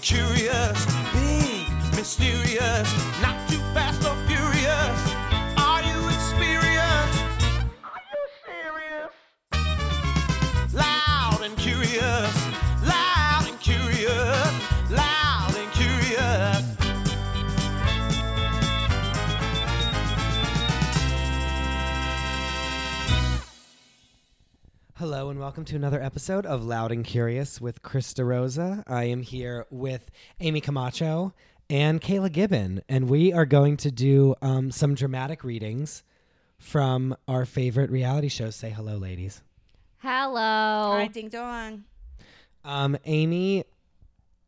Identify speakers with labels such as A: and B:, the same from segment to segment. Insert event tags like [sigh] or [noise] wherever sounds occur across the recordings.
A: curious, big, mysterious, not too fast or furious. Are you experienced? Are you serious? Loud and curious, loud and curious, loud and curious.
B: Hello and welcome to another episode of Loud and Curious with Chris DeRosa. I am here with Amy Camacho and Kayla Gibbon, and we are going to do um, some dramatic readings from our favorite reality shows. Say hello, ladies.
C: Hello.
D: All right, ding dong.
B: Um, Amy,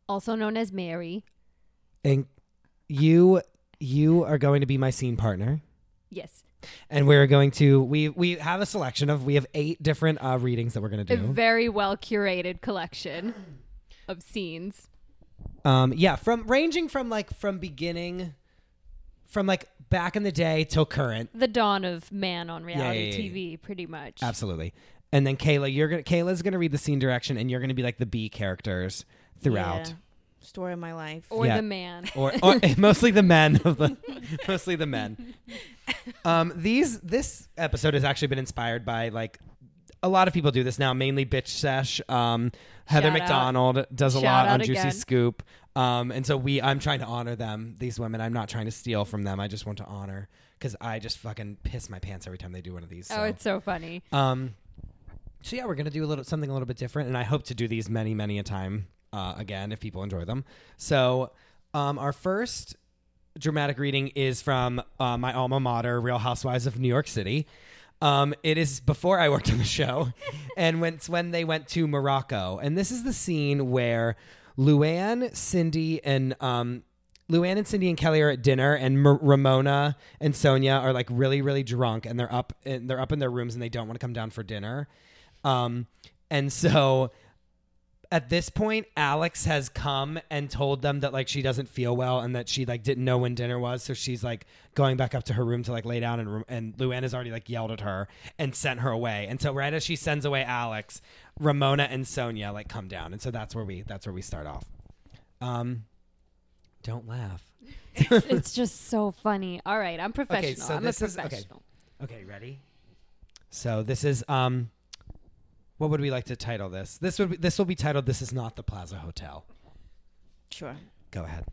C: Also known as Mary.
B: and you you are going to be my scene partner.
C: Yes.
B: And we're going to we we have a selection of we have eight different uh, readings that we're going to
C: A
B: do.
C: very well curated collection [gasps] of scenes.
B: Um, yeah, from ranging from like from beginning, from like back in the day till current.
C: The dawn of man on reality
B: yeah, yeah, yeah.
C: TV, pretty much.
B: Absolutely. And then Kayla, you're gonna Kayla's gonna read the scene direction, and you're gonna be like the B characters throughout,
D: Story of my life.
C: Or
B: Yeah.
C: the man.
B: or, or [laughs] mostly the men of the mostly the men. Um, these this episode has actually been inspired by like a lot of people do this now, mainly bitch sesh. Um, Heather
C: Shout out.
B: McDonald does a
C: Shout
B: lot
C: out
B: on Juicy
C: again.
B: Scoop, um, and so we I'm trying to honor them, these women. I'm not trying to steal from them. I just want to honor because I just fucking piss my pants every time they do one of these. so.
C: [laughs] Oh, it's
B: [laughs]
C: so funny.
B: Um, so yeah, we're gonna do a little something a little bit different, and I hope to do these many, many a time uh, again if people enjoy them. So, um, our first dramatic reading is from uh, my alma mater, Real Housewives of New York City. Um, it is before I worked on the show, and when it's when they went to Morocco, and this is the scene where Luann, Cindy, and um, Luann and Cindy and Kelly are at dinner, and Mar- Ramona and Sonia are like really, really drunk, and they're up, in, they're up in their rooms, and they don't want to come down for dinner. Um, and so at this point, Alex has come and told them that like she doesn't feel well and that she like didn't know when dinner was, so she's like going back up to her room to like lay down, and and Luann has already like yelled at her and sent her away. And so right as she sends away Alex, Ramona and Sonia like come down, and so that's where we that's where we start off. Um, don't laugh.
C: it's just so funny. All right, I'm professional.
B: so
C: I'm a
B: this is- okay.
C: professional.
B: Okay, ready? So this is um what would we like to title this? This would be, this will be titled This is not the Plaza Hotel.
D: Sure.
B: Go ahead.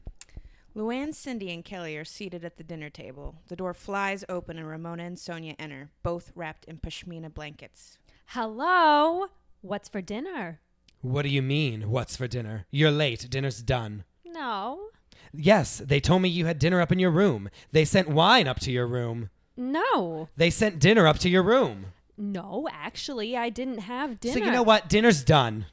D: Luann, Cindy, and Kelly are seated at the dinner table. The door flies open and Ramona and Sonia enter, both wrapped in pashmina blankets.
C: Hello. What's for dinner?
B: What do you mean? What's for dinner? You're late. Dinner's done.
C: No.
B: Yes, they told me you had dinner up in your room. They sent wine up to your room.
C: No.
B: They sent dinner up to your room.
C: No, actually, I didn't have dinner.
B: So you know what? Dinner's done.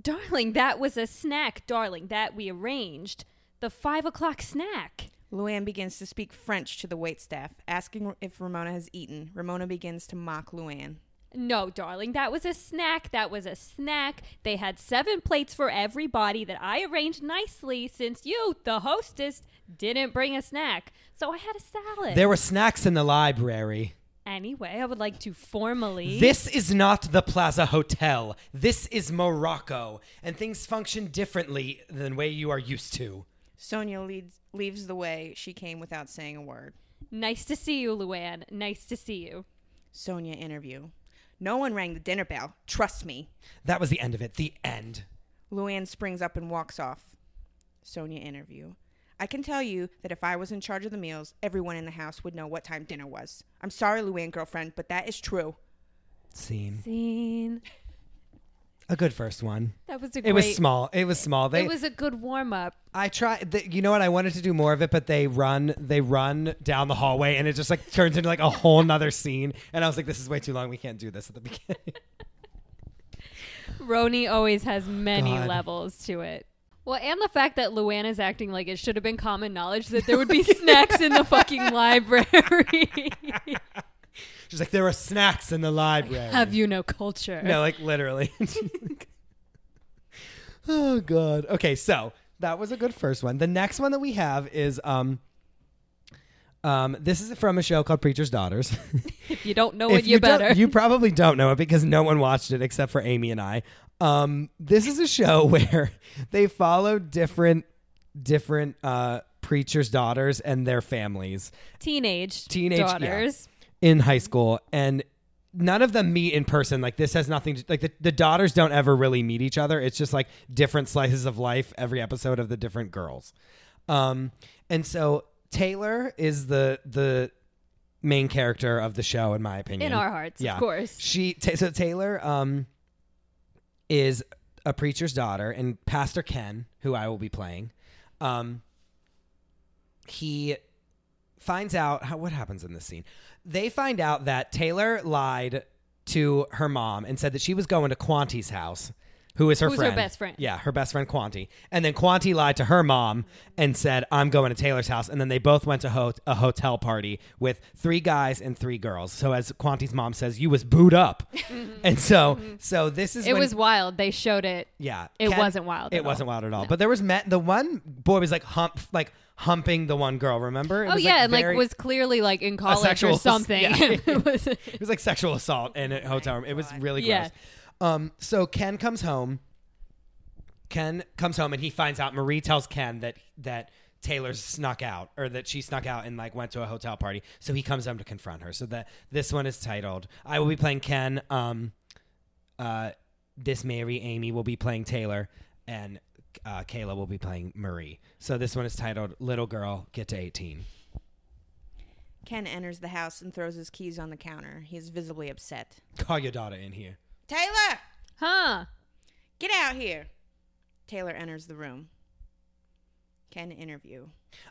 C: Darling, that was a snack, darling, that we arranged. The five o'clock snack.
D: Luann begins to speak French to the waitstaff, asking if Ramona has eaten. Ramona begins to mock Luann.
C: No, darling, that was a snack. That was a snack. They had seven plates for everybody that I arranged nicely since you, the hostess, didn't bring a snack. So I had a salad.
B: There were snacks in the library.
C: anyway, I would like to formally.
B: This is not the Plaza Hotel. This is Morocco, and things function differently than the way you are used to.
D: Sonia leads, leaves the way she came without saying a word.
C: Nice to see you, Luann. Nice to see you.
D: Sonia interview. No one rang the dinner bell. Trust me.
B: That was the end of it. The end.
D: Luann springs up and walks off. Sonia interview. I can tell you that if I was in charge of the meals, everyone in the house would know what time dinner was. I'm sorry, Luann girlfriend, but that is true.
B: Scene.
C: Scene.
B: A good first one.
C: That was a great.
B: It was small. It was small. They,
C: It was a good warm up.
B: I try. Th- you know what? I wanted to do more of it, but they run. They run down the hallway, and it just like turns into like a whole nother scene. And I was like, "This is way too long. We can't do this at the beginning." [laughs]
C: Roni always has many
B: God.
C: levels to it. Well, and the fact that Luann is acting like it should have been common knowledge that there
B: [laughs]
C: would be snacks in the fucking library. [laughs]
B: She's like, "There were snacks in the
C: [laughs]
B: library."
C: Have you no culture?
B: No, like literally. [laughs] oh god. Okay, so that was a good first one. The next one that we have is um. Um, this is from a show called Preacher's Daughters. [laughs]
C: If you don't know
B: If
C: it, you,
B: don't-
C: better.
B: You probably don't know it because no one watched it except for Amy and I. Um, this is a show [laughs] where they follow different different uh, preachers' daughters and their families
C: [laughs] Teenage,
B: Teenage, yeah.
C: daughters.
B: in high school, and none of them meet in person. Like this has nothing to like the, the daughters don't ever really meet each other. It's just like different slices of life every episode of the different girls. Um, and so Taylor is the the main character of the show, in my opinion.
C: In our hearts, of course.
B: She ta so Taylor um is a preacher's daughter, and Pastor Ken, who I will be playing, um, he finds out how, what happens in this scene. They find out that Taylor lied to her mom and said that she was going to Quanti's house, who is her
C: Who's her
B: friend.
C: best friend.
B: Yeah, her best friend Quanti. And then Quanti lied to her mom and said, "I'm going to Taylor's house." And then they both went to ho- a hotel party with three guys and three girls. So as Quanti's mom says, "You was booed
C: [laughs]
B: up," and so so this is
C: It
B: when-
C: was wild. They showed it.
B: yeah,
C: It wasn't wild
B: It
C: at all.
B: wasn't wild at all. But there was met the one boy was like hump like humping the one girl. Remember? It
C: Oh
B: was,
C: yeah, and
B: very-
C: like was clearly like in college
B: sexual-
C: or
B: [laughs]
C: something. [laughs]
B: yeah. [laughs]
C: It was-
B: it was like sexual assault in a hotel room. It was really
C: Yeah.
B: gross. Um, so Ken comes home. Ken comes home and he finds out Marie tells Ken that that Taylor snuck out or that she snuck out and like went to a hotel party. So he comes home to confront her. So that this one is titled I will be playing Ken. Um, uh, this Mary Amy will be playing Taylor and uh, Kayla will be playing Marie. So this one is titled Little Girl Get to 18.
D: Ken enters the house and throws his keys on the counter. He is visibly upset.
B: [laughs] Call your daughter in here.
D: Taylor,
C: huh?
D: get out here. Taylor enters the room. Ken interview.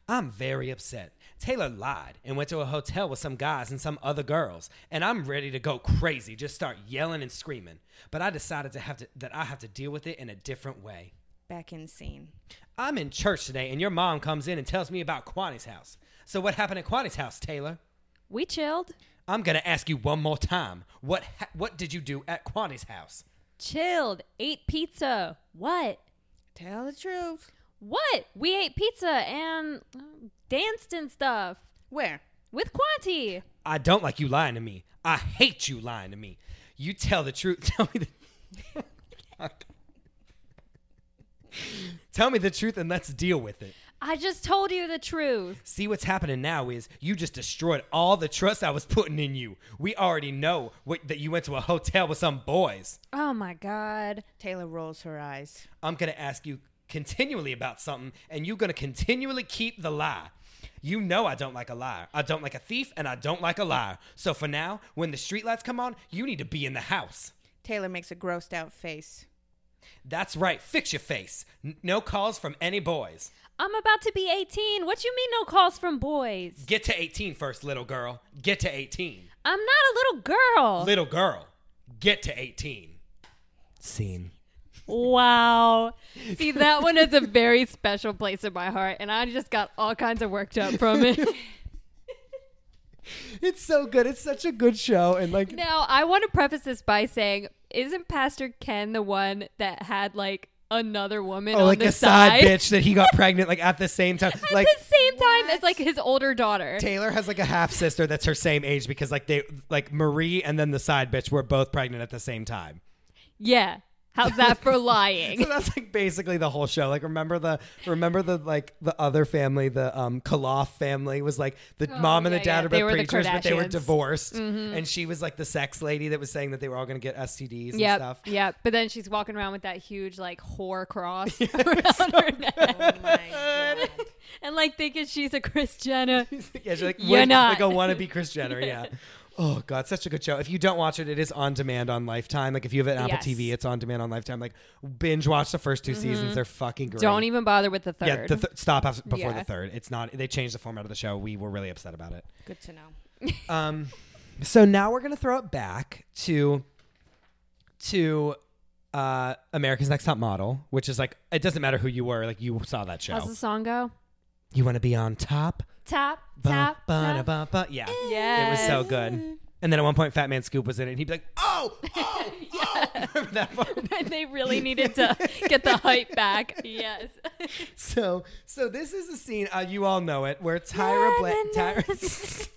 B: I'm very upset. Taylor lied and went to a hotel with some guys and some other girls, and I'm ready to go crazy, just start yelling and screaming. But I decided to have to that I have to deal with it in a different way.
D: Back in scene.
B: I'm in church today, and your mom comes in and tells me about Kwani's house. So what happened at Kwani's house, Taylor?
C: We chilled.
B: I'm gonna ask you one more time. What ha- what did you do at Kwani's house?
C: Chilled. Ate pizza. What?
D: Tell the truth.
C: What? We ate pizza and uh, danced and stuff
D: Where?
C: with Quanti.
B: I don't like you lying to me. I hate you lying to me. You tell the truth. [laughs] Tell me the Tell me the truth and let's deal with it.
C: I just told you the truth.
B: See what's happening now is you just destroyed all the trust I was putting in you. We already know what, that you went to a hotel with some boys.
C: Oh my god.
D: Taylor rolls her eyes.
B: I'm going to ask you continually about something and you're going to continually keep the lie. You know I don't like a liar. I don't like a thief and I don't like a liar. So for now, when the streetlights come on, you need to be in the house.
D: Taylor makes a grossed out face.
B: That's right. Fix your face. N- No calls from any boys.
C: I'm about to be 18. What you mean no calls from boys?
B: Get to 18 first, little girl. Get to 18.
C: I'm not a little girl.
B: Little girl, get to 18. Scene.
C: Wow. See, that
B: [laughs]
C: one is a very special place in my heart, and I just got all kinds of worked up
B: [laughs]
C: from it.
B: It's so good. It's such a good show. And like,
C: Now, I want to preface this by saying, isn't Pastor Ken the one that had like another woman
B: oh,
C: on
B: like
C: the
B: a side
C: side,
B: bitch that he got pregnant like at the same time.
C: [laughs] at
B: Like
C: [laughs] the same time as like his older daughter?
B: Taylor has like a half sister that's her same age because like they like Marie and then the side bitch were both pregnant at the same time.
C: yeah, how's that
B: [laughs]
C: for
B: So
C: lying?
B: that's like basically the whole show. Like remember the remember the like the other family, the um Kalof family was like the
C: Oh,
B: mom and
C: yeah,
B: the dad
C: yeah.
B: are
C: They
B: both
C: were the
B: preachers, but they were
C: Kardashians. Mm-hmm.
B: divorced. And she was like the sex lady that was saying that they were all gonna get STDs and
C: Yep,
B: stuff. [laughs]
C: yep. But then she's walking around with that huge like whore
B: [laughs]
C: cross around her neck,
D: Oh my god.
C: and like thinking she's a Kris Jenner.
B: yeah, she's like,
C: You're
B: "We're-
C: not."
B: like a wannabe
C: [laughs]
B: Chris Jenner, yeah. Oh god, such a good show. If you don't watch it, it is on demand on Lifetime. Like if you have an Apple
C: Yes.
B: TV, it's on demand on Lifetime. Like binge watch the first two seasons; they're fucking great.
C: Mm-hmm. Don't even bother with the third.
B: yeah, the th- stop af- before
C: Yeah.
B: the third. It's not. They changed the format of the show. We were really upset about it.
D: Good to know.
B: Um, so now we're gonna throw it back to to uh, America's Next Top Model, which is like it doesn't matter who you were, like you saw that show.
C: How's the song go?
B: you want to be on top,
C: Tap
B: ba,
C: tap
B: ba, da,
C: tap.
B: ba, ba. yeah, it was
C: Yes.
B: so good. And then at one point, Fat Man Scoop was in it, and he'd be like, "Oh,
C: [laughs]
B: oh, oh!" Remember that part?
C: and they really needed to get the hype back. Yes.
B: So, so this is a scene uh, you all know it, where Tyra, Bla- Tyra,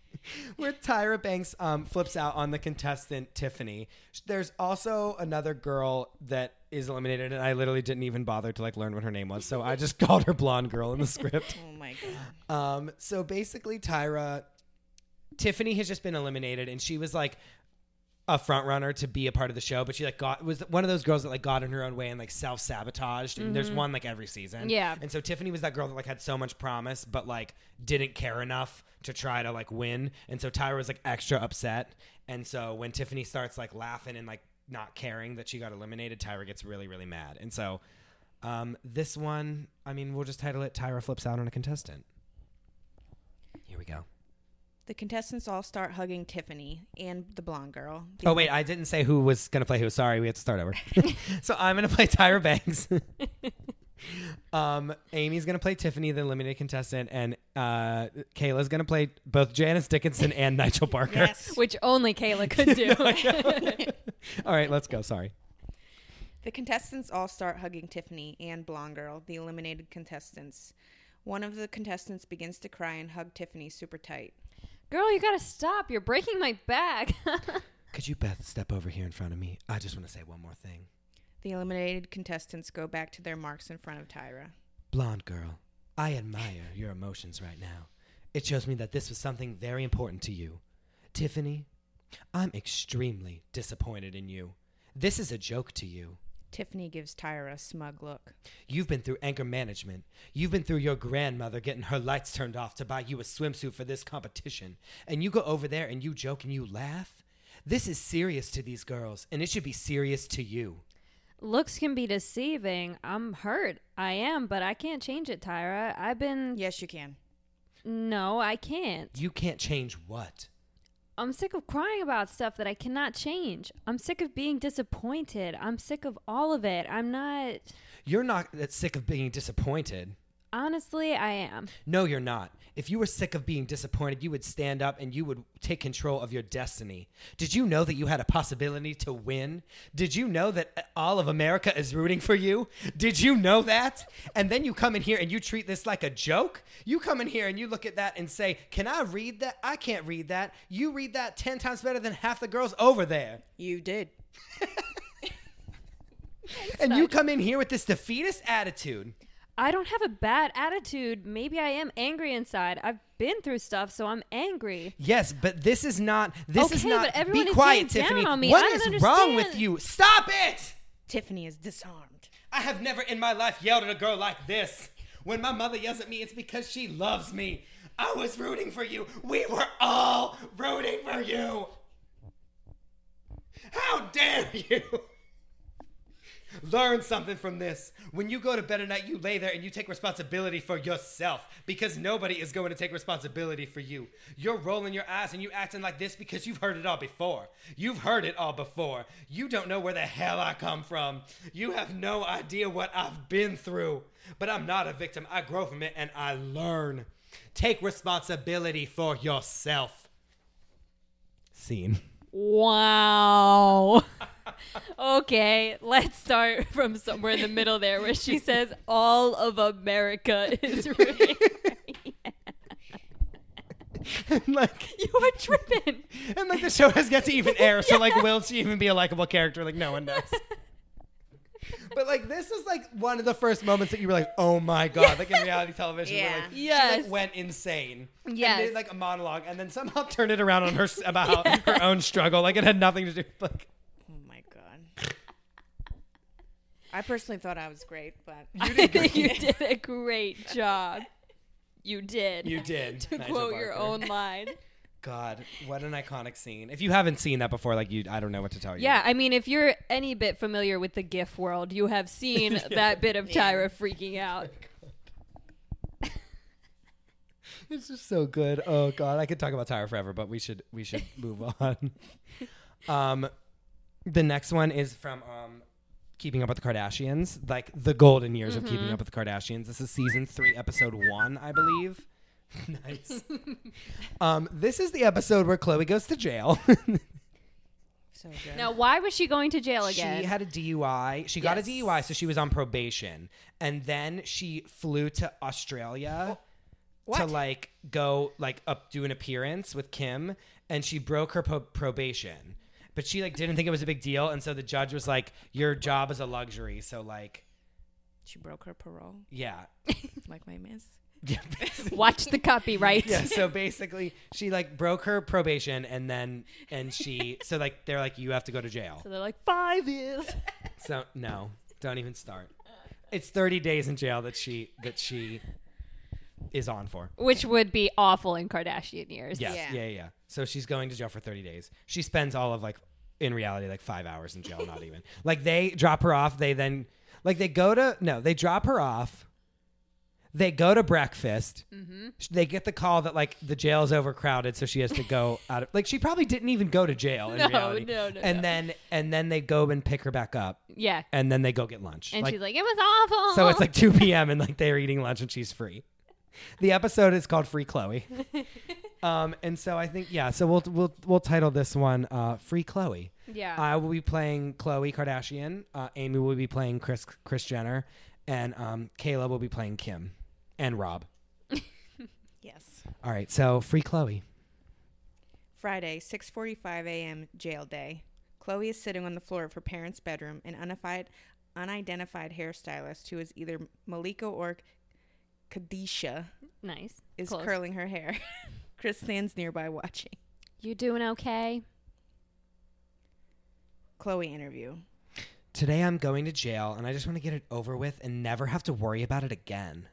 B: [laughs] where Tyra Banks um, flips out on the contestant Tiffany. There's also another girl that is eliminated, and I literally didn't even bother to like learn what her name was, so I just [laughs] called her blonde girl in the script.
D: Oh my god.
B: Um, so basically, Tyra, Tiffany has just been eliminated, and she was like a front runner to be a part of the show, but she like got was one of those girls that like got in her own way and like self sabotaged. And there's one like every season,
C: Yeah.
B: And so Tiffany was that girl that like had so much promise, but like didn't care enough to try to like win. And so Tyra was like extra upset. And so when Tiffany starts like laughing and like not caring that she got eliminated, Tyra gets really really mad. And so um, this one, I mean, we'll just title it Tyra flips out on a contestant. Here we go.
D: The contestants all start hugging Tiffany and the blonde girl. The
B: Oh wait, I didn't say who was gonna play who. Sorry, we have to start over. [laughs] so I'm gonna play Tyra [laughs] Banks. um, Amy's gonna play Tiffany, the eliminated contestant, and uh, Kayla's gonna play both Janice Dickinson and Nigel Barker.
D: [laughs]
B: [laughs]
D: Yes.
C: Which only Kayla could do.
B: All right, let's go. Sorry.
D: The contestants all start hugging Tiffany and Blonde Girl, the eliminated contestants. One of the contestants begins to cry and hug Tiffany super tight.
C: [laughs] Girl, you gotta stop. You're breaking my back. [laughs]
B: Could you Beth step over here in front of me? I just want to say one more thing.
D: The eliminated contestants go back to their marks in front of Tyra.
B: Blonde girl, I admire your emotions right now. It shows me that this was something very important to you. Tiffany, I'm extremely disappointed in you. This is a joke to you.
D: Tiffany gives Tyra a smug look.
B: You've been through anchor management. You've been through your grandmother getting her lights turned off to buy you a swimsuit for this competition. And you go over there and you joke and you laugh? This is serious to these girls, and it should be serious to you.
C: Looks can be deceiving. I'm hurt. I am, but I can't change it, Tyra. I've been.
D: Yes, you can.
C: No, I can't.
B: You can't change what?
C: I'm sick of crying about stuff that I cannot change. I'm sick of being disappointed. I'm sick of all of it. I'm not.
B: You're not that sick of being disappointed.
C: Honestly, I am.
B: No, you're not. If you were sick of being disappointed, you would stand up and you would take control of your destiny. Did you know that you had a possibility to win? Did you know that all of America is rooting for you? Did you know that? And then you come in here and you treat this like a joke? You come in here and you look at that and say, Can I read that? I can't read that. You read that 10 times better than half the girls over there.
D: You did.
B: and you come in here with this defeatist attitude.
C: I don't have a bad attitude. Maybe I am angry inside. I've been through stuff, so I'm angry.
B: Yes, but this is not. This is
C: Okay,
B: not.
C: but everyone
B: be
C: is
B: quiet,
C: being down
B: Tiffany.
C: on me.
B: What
C: I
B: is
C: don't
B: wrong with
C: understand.
B: you? Stop it!
D: Tiffany is disarmed.
B: I have never in my life yelled at a girl like this. When my mother yells at me, it's because she loves me. I was rooting for you. We were all rooting for you. How dare you! Learn something from this. When you go to bed at night, you lay there and you take responsibility for yourself because nobody is going to take responsibility for you. You're rolling your eyes and you acting like this because you've heard it all before. You've heard it all before. You don't know where the hell I come from. You have no idea what I've been through. But I'm not a victim. I grow from it and I learn. Take responsibility for yourself.
C: [laughs]
B: Scene.
C: Wow. [laughs] okay, let's start [laughs] from somewhere in the middle there where she says all of America is rooting.
B: like
C: [laughs] you are tripping. [laughs]
B: And like the show has yet to [laughs] even air, so like, will she even be a likable character? Like, no one knows. [laughs] but like, this is like one of the first moments that you were like, oh my god, like in reality television,
D: Yeah.
B: where like she,
C: Yes.
B: like, went insane.
C: Yes.
B: and did,
C: [laughs]
B: like a monologue, and then somehow [laughs] turned it around on her about how her own struggle. Like it had nothing to do. with
C: [laughs]
B: like
D: Oh my god. I personally thought I was great, [laughs] but
C: You did, you did a great job. You did. [laughs]
B: you did.
C: To quote your own line.
B: God, what an iconic scene! If you haven't seen that before, like you, I don't know what to tell you.
C: Yeah, I mean, if you're any bit familiar with the GIF world, you
B: [laughs]
C: have seen that bit of Tyra freaking out.
B: It's just so good. Oh god, I could talk about Tyra forever, but we should we should move on. Um, the next one is from um, Keeping Up with the Kardashians, like the golden years of Keeping Up with the Kardashians. This is season three, episode one, I believe. [laughs] nice. um, this is the episode where Chloe goes to jail. [laughs]
D: so good.
C: Now, why was she going to jail
B: she
C: again?
B: had a DUI. She got a
C: Yes.
B: DUI, so she was on probation, and then she flew to Australia.
D: What?
B: to
C: Oh,
B: like go like up do an appearance with Kim, and she broke her po- probation. But she like didn't think it was a big deal, and so the judge was like, "Your job is a luxury." So like,
D: She broke her [laughs] parole,
C: [laughs]
B: yeah,
D: like my miss.
B: yeah.
C: Watch the copyright.
B: yeah so basically, she like broke her probation, and then and she so like they're like, "You have to go to jail."
C: So they're like five years.
B: So no, don't even start. It's thirty days in jail that she that she is on for.
C: Which would be awful in Kardashian years.
B: Yes.
D: Yeah.
B: Yeah. yeah, yeah. So she's going to jail for 30 days. She spends all of like in reality like 5 hours in jail, not
C: [laughs]
B: even. Like they drop her off, they then like they go to no, they drop her off. They go to breakfast.
C: Mm-hmm.
B: Sh- They get the call that like the jail's overcrowded, so she has to
C: [laughs]
B: go out of like she probably didn't even go to jail in
C: No,
B: reality.
C: no, no,
B: And
C: no.
B: then and then they go and pick her back up,
C: Yeah.
B: and then they go get lunch.
C: And
B: Like,
C: she's like, it was awful.
B: so it's like 2 p.m. and like they're eating lunch and she's free. The episode is called Free Chloe. Um, and so I think yeah, so we'll we'll we'll title this one uh, Free Chloe.
C: Yeah.
B: I will be playing Chloe Kardashian. Uh, Amy will be playing Chris Chris Jenner, and um, Kayla will be playing Kim and Rob.
D: Yes.
B: All right, so Free Chloe.
D: Friday, 6:45 a.m. jail day. Chloe is sitting on the floor of her parents' bedroom. An unified, unidentified hairstylist who is either Malika or Kadisha
C: nice.
D: is
C: Close.
D: curling her hair. [laughs] Chris stands nearby watching.
C: You doing okay?
D: Chloe interview.
B: Today I'm going to jail, and I just want to get it over with and never have to worry about it again.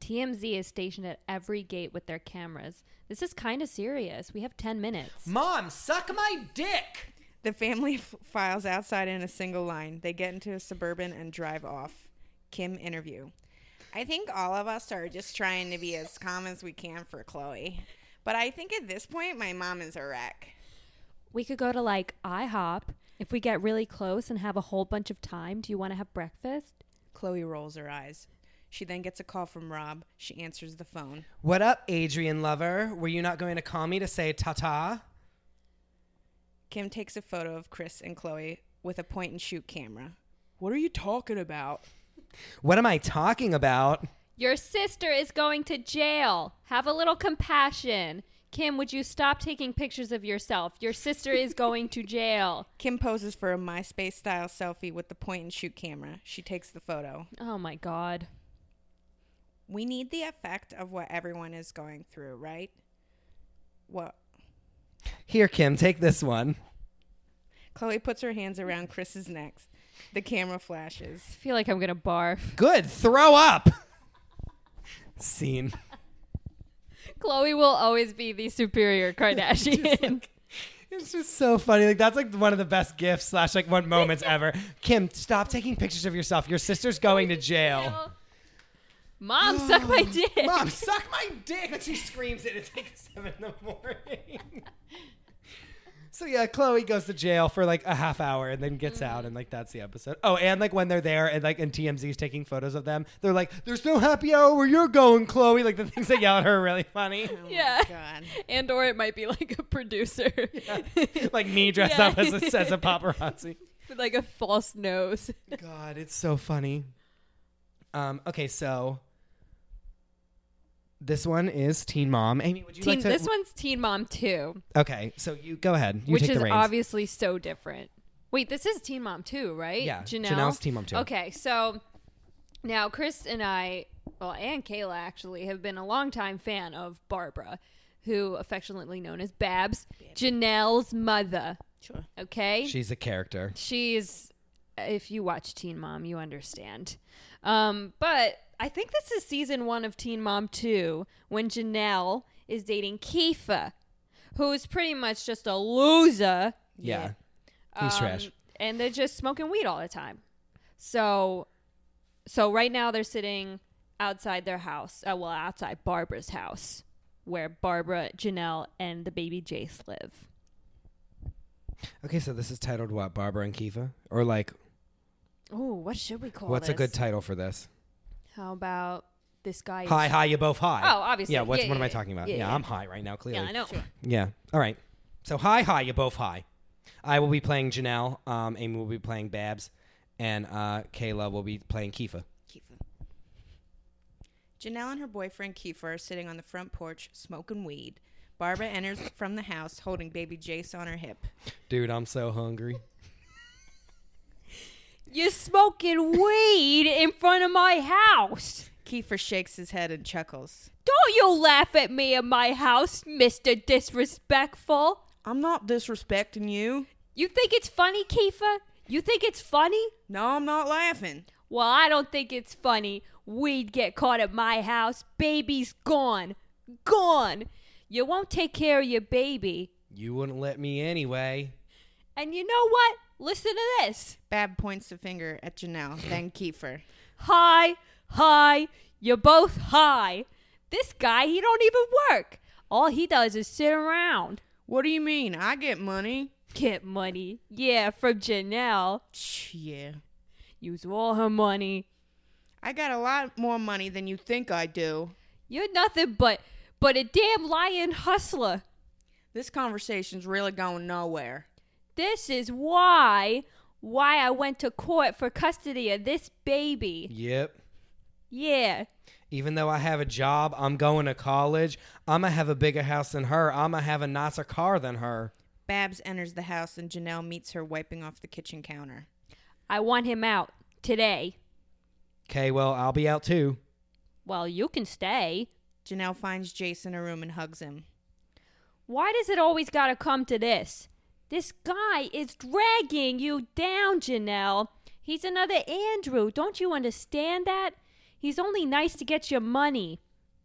C: TMZ is stationed at every gate with their cameras. This is kind of serious. We have 10 minutes.
B: Mom, suck my dick.
D: The family f- files outside in a single line. They get into a suburban and drive off. Kim interview. I think all of us are just trying to be as calm as we can for Chloe. But I think at this point, my mom is a wreck.
C: We could go to like IHOP. If we get really close and have a whole bunch of time, do you want to have breakfast?
D: Chloe rolls her eyes. She then gets a call from Rob. She answers the phone.
B: What up, Adrian lover? Were you not going to call me to say ta ta?
D: Kim takes a photo of Chris and Chloe with a point and shoot camera. What are you talking about?
B: What am I talking about?
C: Your sister is going to jail. Have a little compassion. Kim, would you stop taking pictures of yourself? Your sister [laughs] is going to jail.
D: Kim poses for a MySpace style selfie with the point and shoot camera. She takes the photo.
C: Oh my God.
D: We need the effect of what everyone is going through, right? What?
B: Here, Kim, take this one.
D: Chloe puts her hands around Chris's neck. The camera flashes.
C: I feel like I'm going to barf.
B: Good, throw up. Scene.
C: [laughs] Chloe will always be the [laughs] superior Kardashian.
B: It's just so funny. Like that's like one of the best gifts slash like one moments ever. Kim, stop taking pictures of yourself. Your sister's going to
C: oh.
B: jail.
C: Mom, suck my [gasps] dick.
B: [laughs] Mom, suck my dick! Like she screams it. It's like [laughs] seven in the morning. So yeah, Chloe goes to jail for like a half hour and then gets out, and like that's the episode. Oh, and like when they're there and like and TMZ's taking photos of them, they're like, "There's no happy hour where you're going, Chloe." Like the things they yell at her are really funny. [laughs]
C: Yeah.
D: Oh God.
C: And or it might be like a [laughs] producer.
B: like me dressed
C: Yeah.
B: up as a, [laughs] as a paparazzi.
C: With like a false nose.
B: God, it's so funny. Um, okay, so this one is Teen Mom. Amy, would you
C: Teen,
B: like to?
C: this one's Teen Mom 2,
B: Okay, so you go ahead. You
C: which
B: take
C: is
B: the reins.
C: obviously so different. Wait, this is Teen Mom 2, right?
B: Yeah,
C: Janelle?
B: Janelle's Teen Mom 2.
C: Okay, so now Chris and I, well, and Kayla actually, have been a longtime fan of Barbara, who affectionately known as Babs, Janelle's mother.
D: Sure.
C: Okay?
B: She's a character.
C: she's if you watch teen mom you understand um but i think this is season one of teen mom 2 when janelle is dating kifa who's pretty much just a loser
B: Yeah, he's
C: um,
B: trash.
C: and they're just smoking weed all the time so so right now they're sitting outside their house uh, well outside barbara's house where barbara janelle and the baby jace live
B: Okay, so this is titled what? Barbara and Kiva, or like,
C: oh what should we call
B: what's a
C: this?
B: good title for this?
C: How about this guy? is-
B: Hi, hi, you both high.
C: Oh, obviously.
B: Yeah, what's
C: Yeah,
B: what
C: yeah,
B: am I
C: yeah.
B: talking about?
C: Yeah,
B: Yeah,
C: yeah.
B: I'm high right now. Clearly.
C: Yeah, I know.
B: Yeah. All right. So hi, hi, you both hi. I will be playing Janelle. Um, Amy will be playing Babs, and uh, Kayla will be playing Kifa.
D: Keep Janelle and her boyfriend Kiefer are sitting on the front porch smoking weed. Barbara enters from the house holding baby Jace on her hip.
B: Dude, I'm so hungry.
C: You're smoking weed in front of my house.
D: Kiefer shakes his head and chuckles.
C: Don't you laugh at me in my house, Mr. Disrespectful.
D: I'm not disrespecting you.
C: You think it's funny, Kiefer? You think it's funny?
D: No, I'm not laughing.
C: Well, I don't think it's funny. We'd get caught at my house. Baby's gone. Gone. You won't take care of your baby.
B: You wouldn't let me anyway.
C: And you know what? Listen to this.
D: Bab points a finger at Janelle, [laughs] then Kiefer.
C: Hi, hi, you're both hi. This guy, he don't even work. All he does is sit around.
D: What do you mean? I get money.
C: Get money. Yeah, from Janelle.
D: Tch, yeah.
C: Use all her money.
D: I got a lot more money than you think I do.
C: You're nothing but but a damn lying hustler.
D: This conversation's really going nowhere.
C: This is why why I went to court for custody of this baby.
B: Yep.
C: Yeah.
B: Even though I have a job, I'm going to college. I'm going to have a bigger house than her. I'm going to have a nicer car than her.
D: Babs enters the house and Janelle meets her wiping off the kitchen counter.
C: I want him out today.
B: Okay, well, I'll be out too.
C: Well, you can stay.
D: Janelle finds Jace in a room and hugs him.
C: Why does it always gotta come to this? This guy is dragging you down, Janelle. He's another Andrew. Don't you understand that? He's only nice to get your money.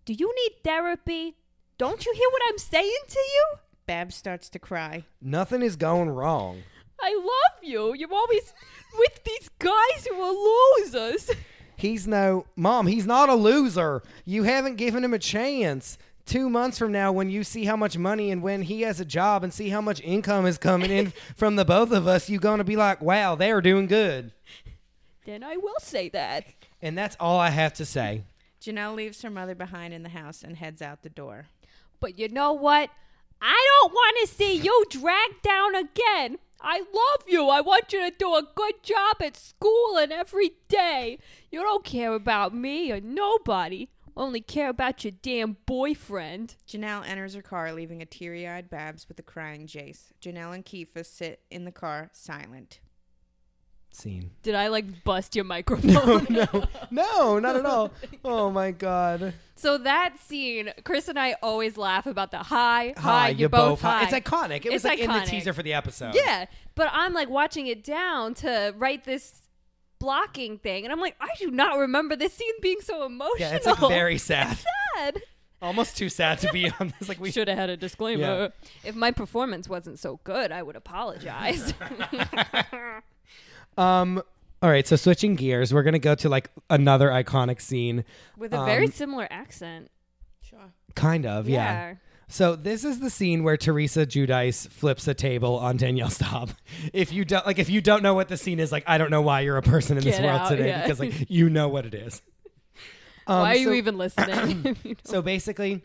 C: Do you need therapy? Don't you hear what I'm saying to you?
D: Babs starts to cry.
B: Nothing is going wrong.
C: I love you. You're always with these guys who are losers.
B: He's no mom. He's not a loser. You haven't given him a chance. Two months from now, when you see how much money and when he has a job and see how much income is coming [laughs] in from the both of us, you're gonna be like, "Wow, they're doing good."
C: [laughs] Then I will say that.
B: And that's all I have to say.
D: Janelle leaves her mother behind in the house and heads out the door.
C: But you know what? I don't want to see you dragged down again. I love you. I want you to do a good job at school and every day. You don't care about me or nobody. Only care about your damn boyfriend.
D: Janelle enters her car, leaving a teary eyed Babs with a crying Jace. Janelle and Kifa sit in the car, silent.
B: Scene.
C: Did I like bust your microphone?
B: no, no, not at [laughs] all. Oh my god.
C: [laughs] So that scene, Chris and I always laugh about the hi, hi,
B: Hi,
C: you're, both, high.
B: It's iconic. It was
C: It's
B: like in the
C: iconic.
B: teaser for the episode.
C: Yeah, but I'm like watching it down to write this blocking thing, and I'm like, I do not remember this scene being so emotional.
B: Yeah, it's like very sad.
C: [laughs] sad.
B: Almost too sad to be [laughs] on this. Like we
C: Should have had a disclaimer. If my performance wasn't so good, I would [laughs] apologize.
B: Um. All right. So switching gears, we're gonna go to like another iconic scene.
C: With a very
B: Um,
C: similar accent.
D: Sure.
B: Kind of. Yeah.
C: Yeah.
B: So this is the scene where Teresa Judice flips a table on Danielle Staub. [laughs] If you don't like, if you don't know what the scene is, like, I don't know why you're a person in this
C: Get
B: world
C: out,
B: today
C: yeah.
B: because
C: [laughs]
B: like you know what it is. Um,
C: Why are
B: so-
C: you even listening?
B: [coughs]
C: You know.
B: So basically,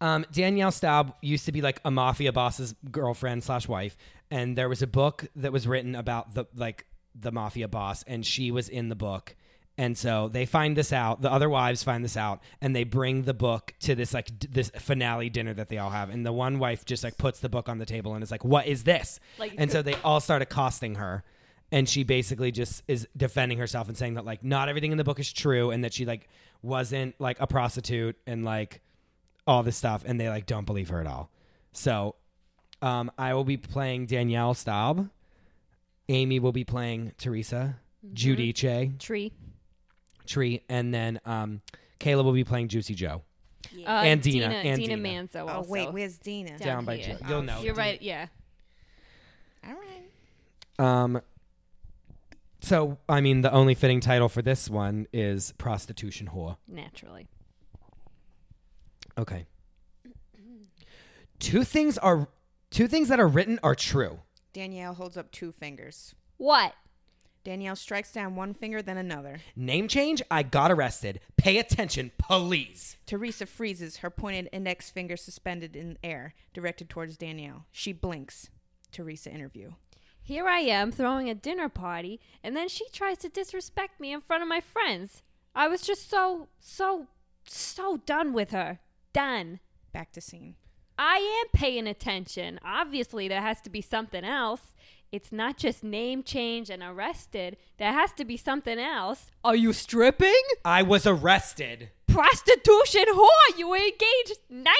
B: um, Danielle Staub used to be like a mafia boss's girlfriend slash wife, and there was a book that was written about the like the mafia boss, and she was in the book. And so they find this out. The other wives find this out, and they bring the book to this like d- this finale dinner that they all have. And the one wife just like puts the book on the table and is like, "What is this?"
C: Like-
B: and so they all start accosting her and she basically just is defending herself and saying that like not everything in the book is true and that she like wasn't like a prostitute and like all this stuff and they like don't believe her at all so um, i will be playing danielle staub amy will be playing teresa judy che
C: [coughs] Tree.
B: tree and then um, kayla will be playing juicy joe
C: Uh,
B: And Dina, and
C: Dina,
B: Dina.
C: Manzo.
D: Oh,
C: also.
D: wait, where's Dina?
B: Down by
C: here. Oh,
B: Ju- you'll know
C: You're
B: Dina.
C: right. Yeah.
D: All right.
B: um, so i mean the only fitting title for this one is prostitution whore
C: Naturally.
B: Okay. Two things are two things that are written are true.
D: Danielle holds up two fingers.
C: What?
D: Danielle strikes down one finger, then another.
B: Name change, I got arrested. Pay attention, please.
D: Teresa freezes, her pointed index finger suspended in air, directed towards Danielle. She blinks. Teresa interview.
C: Here I am throwing a dinner party, and then she tries to disrespect me in front of my friends. I was just so, so, so done with her. Done.
D: Back to scene.
C: I am paying attention. Obviously, there has to be something else. It's not just name change and arrested. There has to be something else. Are you stripping?
B: I was arrested.
C: Prostitution whore? You were engaged 19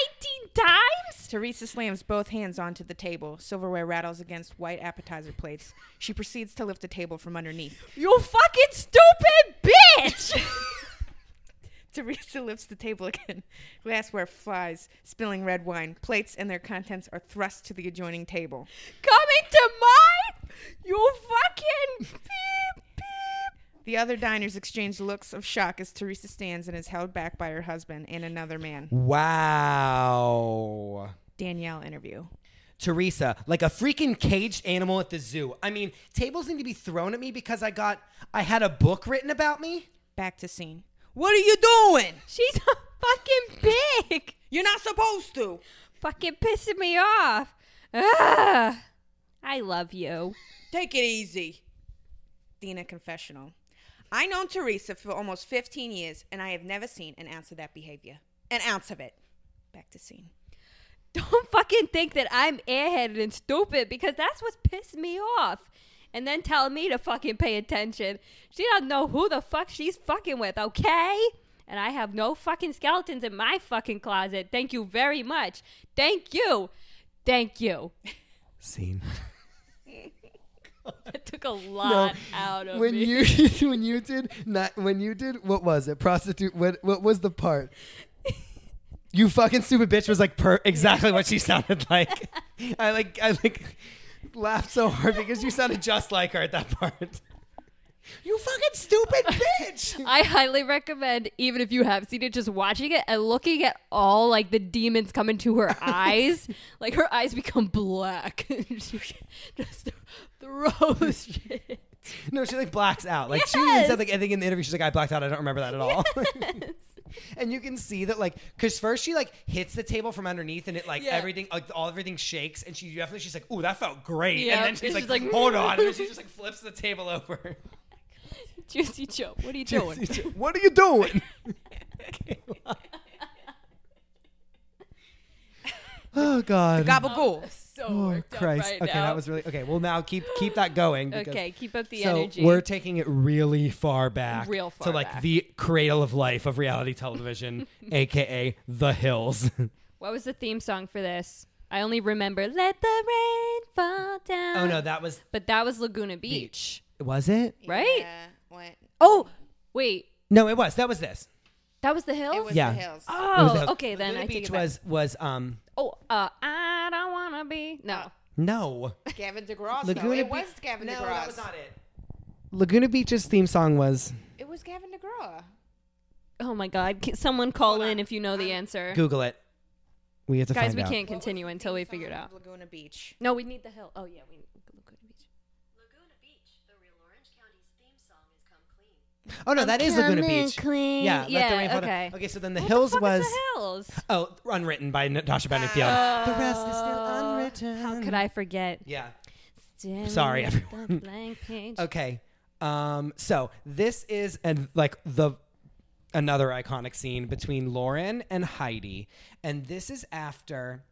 C: times?
D: Teresa slams both hands onto the table. Silverware rattles against white appetizer plates. She proceeds to lift the table from underneath. [laughs]
C: You fucking stupid [laughs] bitch!
D: Teresa lifts the table again. Glassware flies, spilling red wine. Plates and their contents are thrust to the adjoining table.
C: Coming to mine? You fucking beep, beep.
D: The other diners exchange looks of shock as Teresa stands and is held back by her husband and another man.
B: Wow.
D: Danielle interview.
B: Teresa, like a freaking caged animal at the zoo. I mean, tables need to be thrown at me because I got, I had a book written about me.
D: Back to scene. What are you doing?
C: She's a fucking pig.
D: You're not supposed to.
C: Fucking pissing me off. Ugh. I love you.
D: Take it easy. Dina confessional. I known Teresa for almost 15 years and I have never seen an ounce of that behavior. An ounce of it. Back to scene.
C: [laughs] Don't fucking think that I'm airheaded and stupid because that's what's pissed me off. And then tell me to fucking pay attention. She doesn't know who the fuck she's fucking with, okay? And I have no fucking skeletons in my fucking closet. Thank you very much. Thank you. Thank you. [laughs]
B: Scene.
C: That took a lot out of
E: when
B: [laughs]
C: me.
E: you when you did not when you did what was it prostitute what what was the
C: [laughs]
E: part
B: You fucking stupid bitch was like per- exactly
C: [laughs]
B: what she sounded like. I like, I like laughed so hard because you sounded just like her at that
C: [laughs]
B: part. You fucking stupid bitch.
C: I highly recommend, even if you have seen it, just watching it and looking at all like the demons coming
B: [laughs]
C: to her eyes. like her eyes become black. [laughs] She just throws
B: [laughs]
C: shit.
B: No, she like blacks out. Like she even
C: Yes.
B: said, like I think in the interview, she's like, I blacked out. I don't remember that at all. [laughs] and you can see that, like, because first she like hits the table from underneath, and it like
C: Yeah.
B: everything, like all everything shakes, and she definitely she's like, "Ooh, that felt great."
C: Yep.
B: And then she's
C: And
B: like,
C: she's like, "Mm."
B: "Hold on," and then she just like flips the table
C: [laughs]
B: over.
C: Juicy Joe, what are
B: [laughs]
C: you doing?
E: what are you
C: [laughs]
E: doing oh god
D: Gabagool.
C: So
E: oh
C: worked up
E: christ
C: right
B: okay,
C: now.
B: that was really okay. Well, now keep keep that going. because-
C: [laughs] okay, keep up the
B: so
C: energy.
B: we're taking it really far back,
C: Real
B: to
C: far
B: like
C: back.
B: the cradle of life of reality
C: [laughs]
B: television, aka The Hills.
C: what was the theme song for this? I only remember "Let the Rain Fall
B: [laughs]
C: Down."
B: oh no, that was
C: But that was Laguna Beach,
B: was it?
C: right?
D: Yeah, what?
C: Oh, wait,
B: No, it was. That was this.
C: that was The Hills.
D: It was
B: Yeah. Ah.
D: the hills.
B: It was
C: oh,
B: The Hills.
C: okay, then
B: Laguna
C: I think
B: Beach
C: it back.
B: was was um
C: Oh, uh, I don't wanna be. No,
B: [laughs] no
D: Gavin DeGraw. No,
B: Laguna
D: it
B: Be-
D: was Gavin DeGraw.
B: it. Laguna Beach's theme song was
D: It was Gavin DeGraw.
C: Oh my God! Can someone call in if you know the answer,
B: Google it. We have to
C: guys.
B: find
C: We
B: out.
C: can't continue until we figure it out.
D: Laguna Beach.
C: No, we need the hill. Oh yeah, we need Laguna Beach.
F: Laguna Beach, the real Orange County's theme song is Come Clean.
B: Oh no, that is Laguna
C: Coming
B: Beach.
C: clean.
B: Yeah, let the
C: Yeah,
B: rain fall down.
C: okay.
B: Okay, so then the
C: What
B: hills
C: the fuck
B: was
C: is the hills.
B: oh unwritten by Natasha Bedingfield. the rest is still unwritten.
C: Oh. How could I forget?
B: Yeah.
C: Staring
B: Sorry,
C: at the
B: everyone. [laughs]
C: blank page.
B: Okay. Um, so this is and like the another iconic scene between Lauren and Heidi, and this is after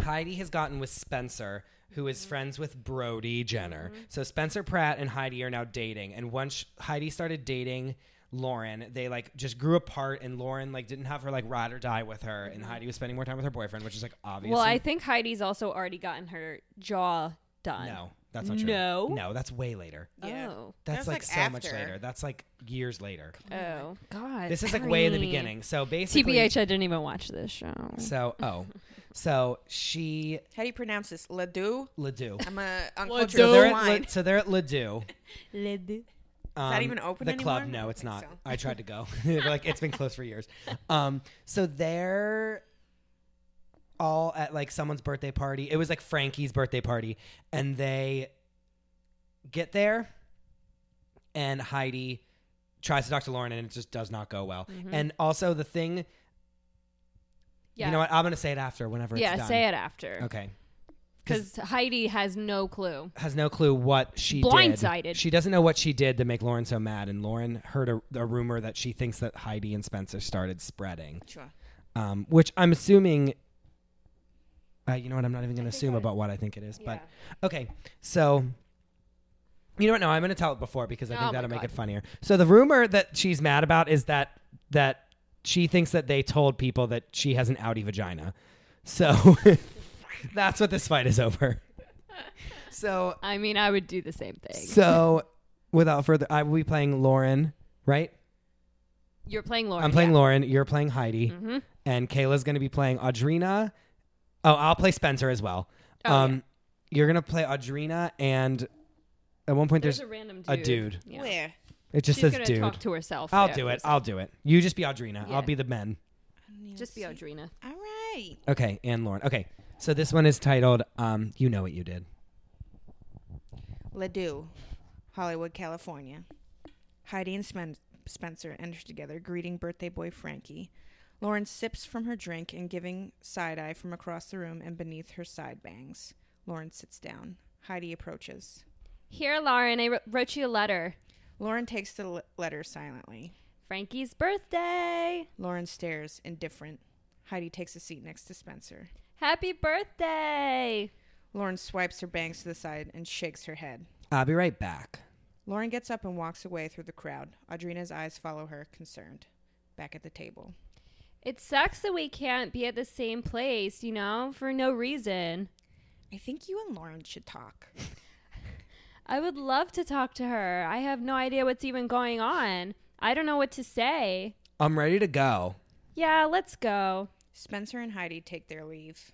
B: Heidi has gotten with Spencer, who is
C: Mm-hmm.
B: friends with Brody Jenner. So Spencer Pratt and Heidi are now dating, and once Heidi started dating. Lauren, they like just grew apart, and Lauren like didn't have her like ride or die with her, and Heidi was spending more time with her boyfriend, which is like obviously
C: Mm-hmm. Well, I think Heidi's also already gotten her jaw done.
B: no, that's not true.
C: No?
B: no, that's way later.
D: Yeah.
C: Oh.
B: That's,
D: That's,
B: like,
D: like,
B: so much
D: after.
B: later. That's like years later.
C: Oh God.
B: This is like way in the
C: Irene.
B: beginning. So basically,
C: TBH, I didn't even watch this show.
B: So
D: [laughs]
B: oh, so she
D: How do you pronounce this? Ledoux?
B: [laughs] Ledoux.
D: I'm a
B: So they're
D: uncultured
B: at
D: wine.
B: Le, so they're at Ledoux. Um,
D: that even open
B: The club?
D: anymore? I
B: No,
D: don't
B: it's
D: think
B: not.
D: so.
B: I tried to go. [laughs] They're like it's been closed for years. Um, so they're all at like someone's birthday party. It was like Frankie's birthday party, and they get there, and Heidi tries to talk to Lauren, and it just does not go well. And also the thing,
C: Yeah.
B: you know what? I'm gonna say it after whenever.
C: yeah.
B: it's done.
C: Say it after.
B: Okay.
C: because Heidi has no clue.
B: has no clue what she did.
C: Blindsided.
B: She doesn't know what she did to make Lauren so mad, and Lauren heard a, a rumor that she thinks that Heidi and Spencer started spreading.
D: Sure.
B: Um, which I'm assuming. Uh, you know what? I'm not even going to assume about what I think it is, but okay. So, you know what? No, I'm going to tell it before because I
C: Oh
B: think
C: my
B: that'll make
C: God.
B: it funnier. So the rumor that she's mad about is that that she thinks that they told people that she has an outie vagina. So [laughs] that's what this fight is
C: [laughs]
B: over. So
C: I mean, I would do the same thing.
B: so, without further, I will be playing Lauren, right?
C: You're playing Lauren.
B: I'm playing
C: Oh, yeah. Mm-hmm.
B: Lauren. You're playing Heidi, and Kayla's going to be playing Audrina. Oh, I'll play Spencer as well. Um,
C: Oh,
B: You're going to play Audrina, and at one point
C: There's
B: there's,
C: a random dude.
B: a dude.
C: Yeah.
D: Where?
B: It just
C: She's
B: says
C: gonna
B: dude.
C: talk to herself.
B: I'll
C: there
B: do
C: for a
B: it. I'll do it. You just be Audrina.
C: Yeah.
B: I'll be the men.
C: second. Just be Audrina.
D: E All right.
B: Okay, and Lauren. Okay, so this one is titled um, "You Know What You Did."
D: Ladue, Hollywood, California. Heidi and Spen- Spencer enter together, greeting birthday boy Frankie. Lauren sips from her drink and giving side eye from across the room and beneath her side bangs. Lauren sits down. Heidi approaches.
C: Here, Lauren, I wr- wrote you a letter.
D: Lauren takes the le- letter silently.
C: Frankie's birthday.
D: Lauren stares, indifferent. Heidi takes a seat next to Spencer.
C: Happy birthday.
D: Lauren swipes her bangs to the side and shakes her head.
B: I'll be right back.
D: Lauren gets up and walks away through the crowd. Audrina's eyes follow her, concerned. Back at the table.
C: It sucks that we can't be at the same place, you know, for no reason.
D: I think you and Lauren should talk.
C: I would love to talk to her. I have no idea what's even going on. I don't know what to say.
B: I'm ready to go.
C: Yeah, let's go.
D: Spencer and Heidi take their leave.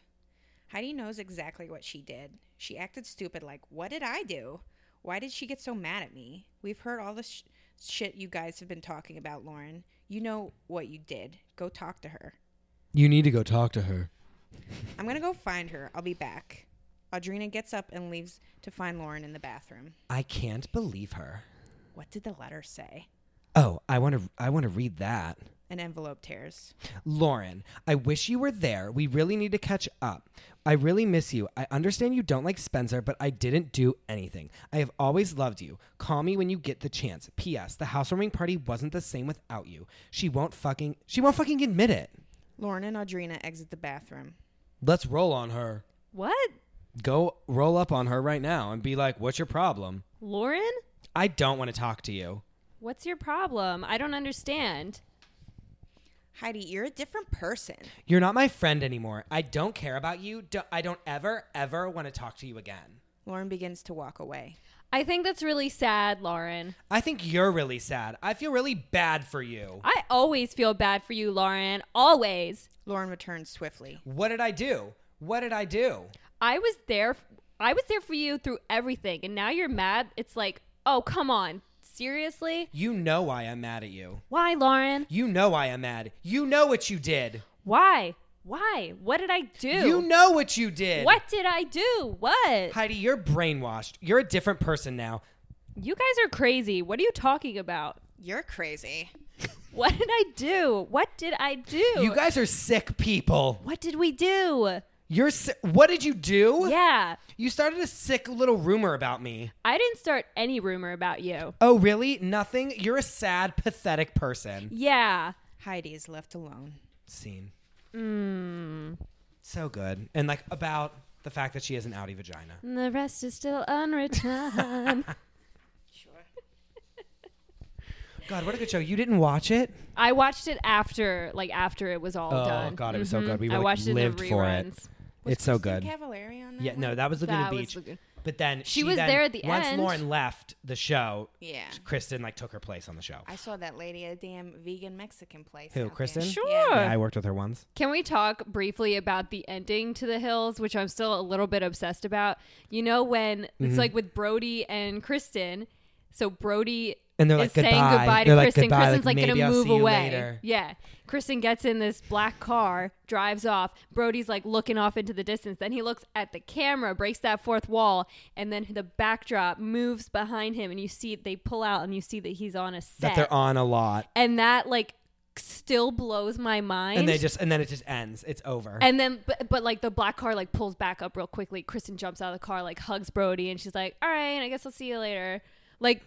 D: Heidi knows exactly what she did. She acted stupid, like, What did I do? Why did she get so mad at me? We've heard all the sh- shit you guys have been talking about, Lauren. You know what you did. Go talk to her.
B: You need to go talk to her.
D: I'm gonna go find her. I'll be back. Audrina gets up and leaves to find Lauren in the bathroom.
B: I can't believe her.
D: What did the letter say?
B: Oh, I want to I want to read that.
D: An envelope tears.
B: Lauren, I wish you were there. We really need to catch up. I really miss you. I understand you don't like Spencer, but I didn't do anything. I have always loved you. Call me when you get the chance. P.S. The housewarming party wasn't the same without you. She won't fucking she won't fucking admit it.
D: Lauren and Audrina exit the bathroom.
B: Let's roll on her.
C: What?
B: Go roll up on her right now and be like, "What's your problem?"
C: Lauren?
B: I don't want to talk to you.
C: What's your problem? I don't understand.
D: Heidi, you're a different person.
B: You're not my friend anymore. I don't care about you. Do- I don't ever, ever want to talk to you again.
D: Lauren begins to walk away.
C: I think that's really sad, Lauren.
B: I think you're really sad. I feel really bad for you.
C: I always feel bad for you, Lauren. Always.
D: Lauren returns swiftly.
B: What did I do? What did I do?
C: I was there. I was there for you through everything, and now you're mad. It's like, oh, come on. Seriously?
B: You know why I'm mad at you.
C: Why, Lauren?
B: You know why I'm mad. You know what you did.
C: Why? Why? What did I do?
B: You know what you did.
C: what did I do? What?
B: Heidi, you're brainwashed. You're a different person now.
C: You guys are crazy. What are you talking about?
D: You're crazy.
C: What did I do? What did I do?
B: You guys are sick people.
C: what did we do?
B: You're si- what did you do?
C: Yeah.
B: You started a sick little rumor about me.
C: I didn't start any rumor about you.
B: Oh, really? Nothing? You're a sad, pathetic person.
C: Yeah.
D: Heidi is left alone.
B: Scene.
C: Hmm.
B: So good. And like about the fact that she has an outie vagina.
C: And the rest is still unreturned.
B: God, what a good show. You didn't watch it?
C: [laughs] I watched it after, like after it was all
B: oh,
C: done. Mm-hmm.
B: God, it was so good. We
C: I
B: like,
C: watched it in the
B: lived for it.
C: reruns.
B: it's so good.
D: Cavallari on that
B: yeah, no,
D: one?
B: that was Laguna
C: That was
B: Beach.
C: Lagoon-
B: But then she,
C: was
B: then-
C: there at the
B: once
C: end.
B: Lauren left the show,
D: Yeah.
B: Kristen like took her place on the show.
D: I saw that lady at a damn vegan Mexican place.
B: Who,
D: out there.
B: Kristen?
C: Sure.
B: yeah, I worked with her once.
C: Can we talk briefly about the ending to The Hills, which I'm still a little bit obsessed about? You know, when
B: Mm-hmm.
C: it's like with Brody and Kristen. So Brody
B: And they're
C: is
B: like,
C: saying
B: "Goodbye."
C: goodbye to
B: They're like,
C: Kristen.
B: "Goodbye,"
C: Kristen's
B: like,
C: like, going
B: "Maybe
C: to
B: I'll
C: move
B: see you
C: away.
B: later.
C: Yeah. Kristen gets in this black car, drives off. Brody's like looking off into the distance. Then he looks at the camera, breaks that fourth wall, and then the backdrop moves behind him. And you see, they pull out and you see that he's on a set
B: That they're on a lot.
C: and that like still blows my mind.
B: and they just and then it just ends. It's over.
C: And then, but, but like the black car like pulls back up real quickly. Kristen jumps out of the car, like hugs Brody, and she's like, "All right, I guess I'll see you later." Like,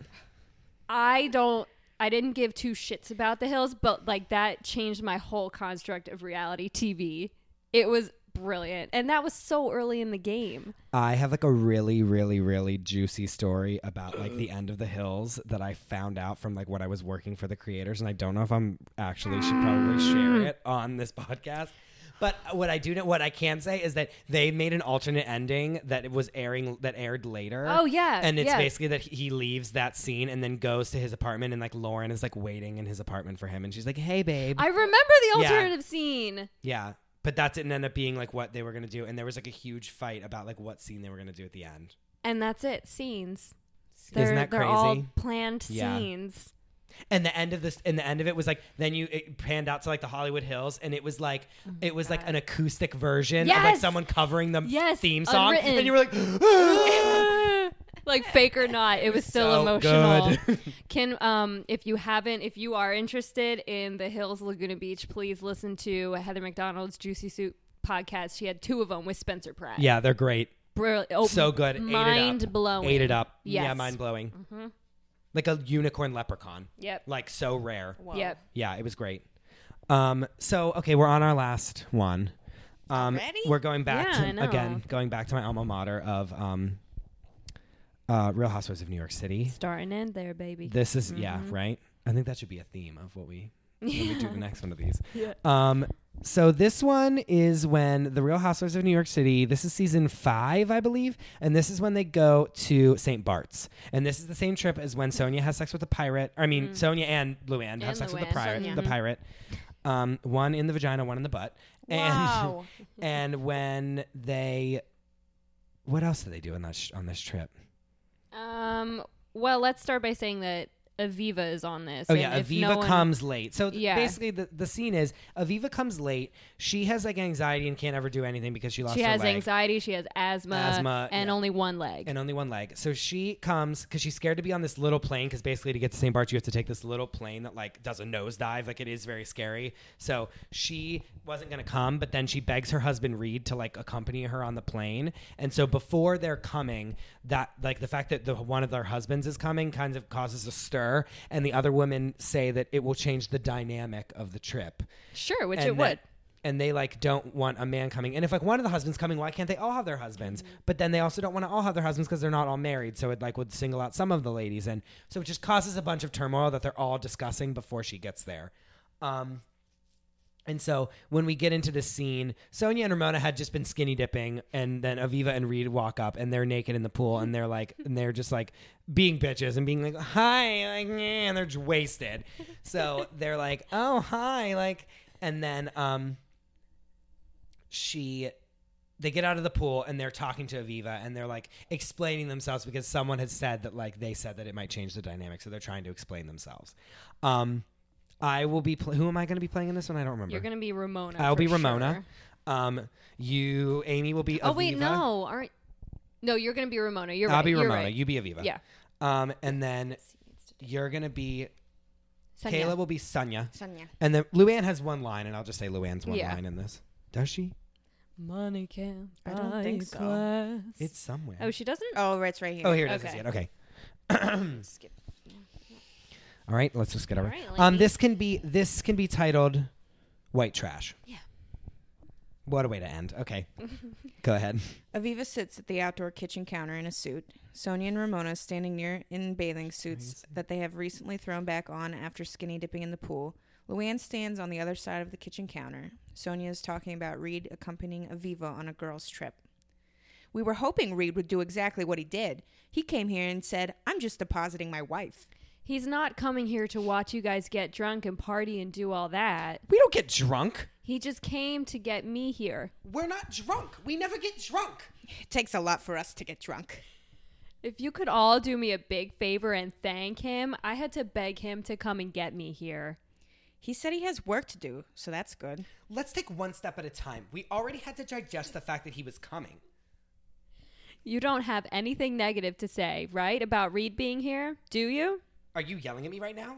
C: I don't, I didn't give two shits about the hills, but like that changed my whole construct of reality TV. It was brilliant, and that was so early in the game.
B: I have like a really, really, really juicy story about like the end of the hills that I found out from like when I was working for the creators, and I don't know if I'm actually should probably
C: Mm.
B: share it on this podcast. But what I do know, what I can say is that they made an alternate ending that it was airing that aired later.
C: Oh, yeah,
B: Er, and it's
C: yeah.
B: basically that he leaves that scene and then goes to his apartment, and like Lauren is like waiting in his apartment for him, and she's like, "Hey, babe."
C: I remember the
B: Yeah.
C: alternative scene.
B: yeah, but that didn't end up being like what they were gonna do, and there was like a huge fight about like what scene they were gonna do at the end.
C: and that's it. Scenes.
B: Isn't
C: They're,
B: that
C: they're all
B: crazy?
C: planned
B: Yeah.
C: scenes.
B: and the end of this and the end of it was like then you it panned out to like the hollywood hills and it was like it was like an acoustic version of like
C: Oh Yes!
B: someone covering the
C: Yes,
B: theme song
C: unwritten.
B: and you were like [gasps]
C: [laughs] like fake or not, it was still
B: So
C: emotional.
B: good. [laughs]
C: Can um if you haven't, if you are interested in the Hills Laguna Beach, please listen to Heather McDonald's Juicy Soup podcast. She had two of them with Spencer Pratt.
B: yeah they're great
C: Brilliant. Oh,
B: so good Ate it up.
C: Mind blowing.
B: ate it up yeah
C: Yes. Mm-hmm.
B: mind blowing like a unicorn leprechaun
C: Yep.
B: like so rare
C: Yep.
B: yeah it was great um so okay we're on our last one um
D: Already?
B: we're going back
C: Yeah, I
B: to
C: know.
B: again going back to my alma mater of um uh real housewives of new york city
C: Start and end there, baby.
B: This is yeah, right. I think that should be a theme of what we when we do the next one of these. Um, so this one is when the Real Housewives of New York City. This is season five, I believe, and this is when they go to St. Bart's, and this is the same trip as when Sonia has sex with the pirate. I mean, Sonia and Luann have
C: And
B: sex with
C: Luann.
B: the pirate.
C: Sonia.
B: The pirate. Um, one in the vagina, one in the butt. And [laughs]
D: Wow.
B: and when they, what else did they do on that sh- on this trip?
C: [laughs] um well, let's start by saying that Aviva is on this.
B: Oh
C: and
B: yeah,
C: if
B: Aviva
C: no one-
B: comes late. So th-
C: Yeah.
B: basically, the, the scene is Aviva comes late. She has like anxiety and can't ever do anything because she lost.
C: She
B: her
C: has
B: leg
C: anxiety, she has asthma,
B: Asthma,
C: and
B: yeah.
C: only one leg.
B: and only one leg. So she comes because she's scared to be on this little plane because basically to get to St. Bart's you have to take this little plane that like does a nosedive. Like it is very scary. So she wasn't gonna come, but then she begs her husband Reed to like accompany her on the plane. And so before they're coming, that like the fact that the one of their husbands is coming kind of causes a stir. And the other women say that it will change the dynamic of the trip
C: sure, which it
B: and
C: would.
B: that- and they like don't want a man coming. And if like one of the husbands coming, why can't they all have their husbands?
C: Mm-hmm.
B: But then they also don't want to all have their husbands because they're not all married. So it like would single out some of the ladies, and so it just causes a bunch of turmoil that they're all discussing before she gets there. Um, and so when we get into the scene, Sonia and Ramona had just been skinny dipping, and then Aviva and Reed walk up, and they're naked in the pool, and they're like, and they're just like being bitches and being like, "Hi," like, "Eh," and they're just wasted. So they're like, "Oh, hi," like, and then um, she they get out of the pool and they're talking to Aviva and they're like explaining themselves because someone had said that like they said that it might change the dynamic, so they're trying to explain themselves. Um, I will be. Pl- who am I going to be playing in this one? I don't remember.
C: You're gonna be Ramona.
B: I'll
C: for
B: be Ramona.
C: sure.
B: Um, you, Amy, will be.
C: Oh wait,
B: Aviva.
C: no, aren't? No, you're gonna be Ramona. You're
B: I'll
C: right.
B: be
C: you're
B: Ramona.
C: Right.
B: You be Aviva.
C: yeah.
B: Um, and then you're gonna be
C: Sonia.
B: Kayla will be Sonia,
D: Sonia.
B: and then Luann has one line, and I'll just say Luann's one
C: Yeah.
B: line in this. Does she?
C: Money can
D: I don't
C: buy
D: think so.
C: class.
B: It's somewhere.
C: Oh, she doesn't.
D: Oh, it's right here.
B: Oh, here it is. I see
C: Okay.
B: it. Okay. [clears throat]
D: Skip.
B: All right. Let's just get over.
C: All right,
B: um,
C: lady.
B: this can be this can be titled "White Trash."
C: Yeah.
B: What a way to end.
C: [laughs]
B: Okay. Go ahead.
D: Aviva sits at the outdoor kitchen counter in a suit. Sonia and Ramona standing near in bathing suits that they have recently thrown back on after skinny dipping in the pool. Luann stands on the other side of the kitchen counter. Sonia is talking about Reed accompanying Aviva on a girls' trip. We were hoping Reed would do exactly what he did. He came here and said, I'm just depositing my wife.
C: He's not coming here to watch you guys get drunk and party and do all that.
B: We don't get drunk.
C: He just came to get me here.
B: We're not drunk. We never get drunk.
D: It takes a lot for us to get drunk.
C: If you could all do me a big favor and thank him, I had to beg him to come and get me here.
D: He said he has work to do, so that's good.
B: Let's take one step at a time. We already had to digest the fact that he was coming.
C: You don't have anything negative to say, right, about Reed being here, do you?
B: Are you yelling at me right now?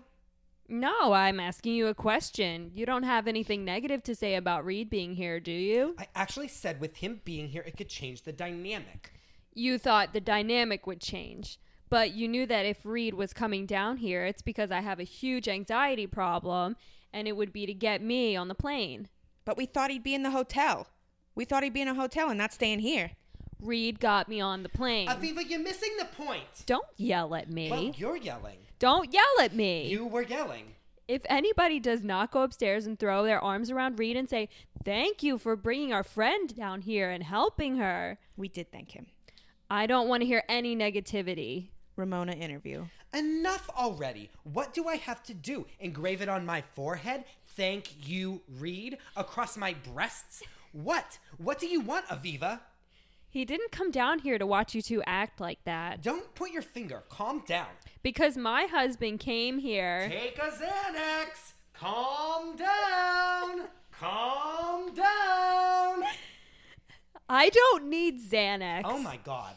C: No, I'm asking you a question. You don't have anything negative to say about Reed being here, do you?
B: I actually said with him being here, it could change the dynamic.
C: You thought the dynamic would change, but you knew that if Reed was coming down here, it's because I have a huge anxiety problem and it would be to get me on the plane.
D: But we thought he'd be in the hotel. We thought he'd be in a hotel and not staying here.
C: Reed got me on the plane.
B: Aviva, you're missing the point.
C: Don't yell at me.
B: Well, you're yelling.
C: Don't yell at me.
B: You were yelling.
C: if anybody does not go upstairs and throw their arms around Reed and say, Thank you for bringing our friend down here and helping her,
D: We did thank him.
C: I don't want to hear any negativity.
D: Ramona interview.
B: Enough already. What do I have to do? Engrave it on my forehead? Thank you, Reed? Across my breasts? What? What do you want, Aviva?
C: He didn't come down here to watch you two act like that
B: Don't point your finger. Calm down.
C: because my husband came here.
B: Take a Xanax. Calm down. Calm down.
C: I don't need Xanax.
B: Oh my god.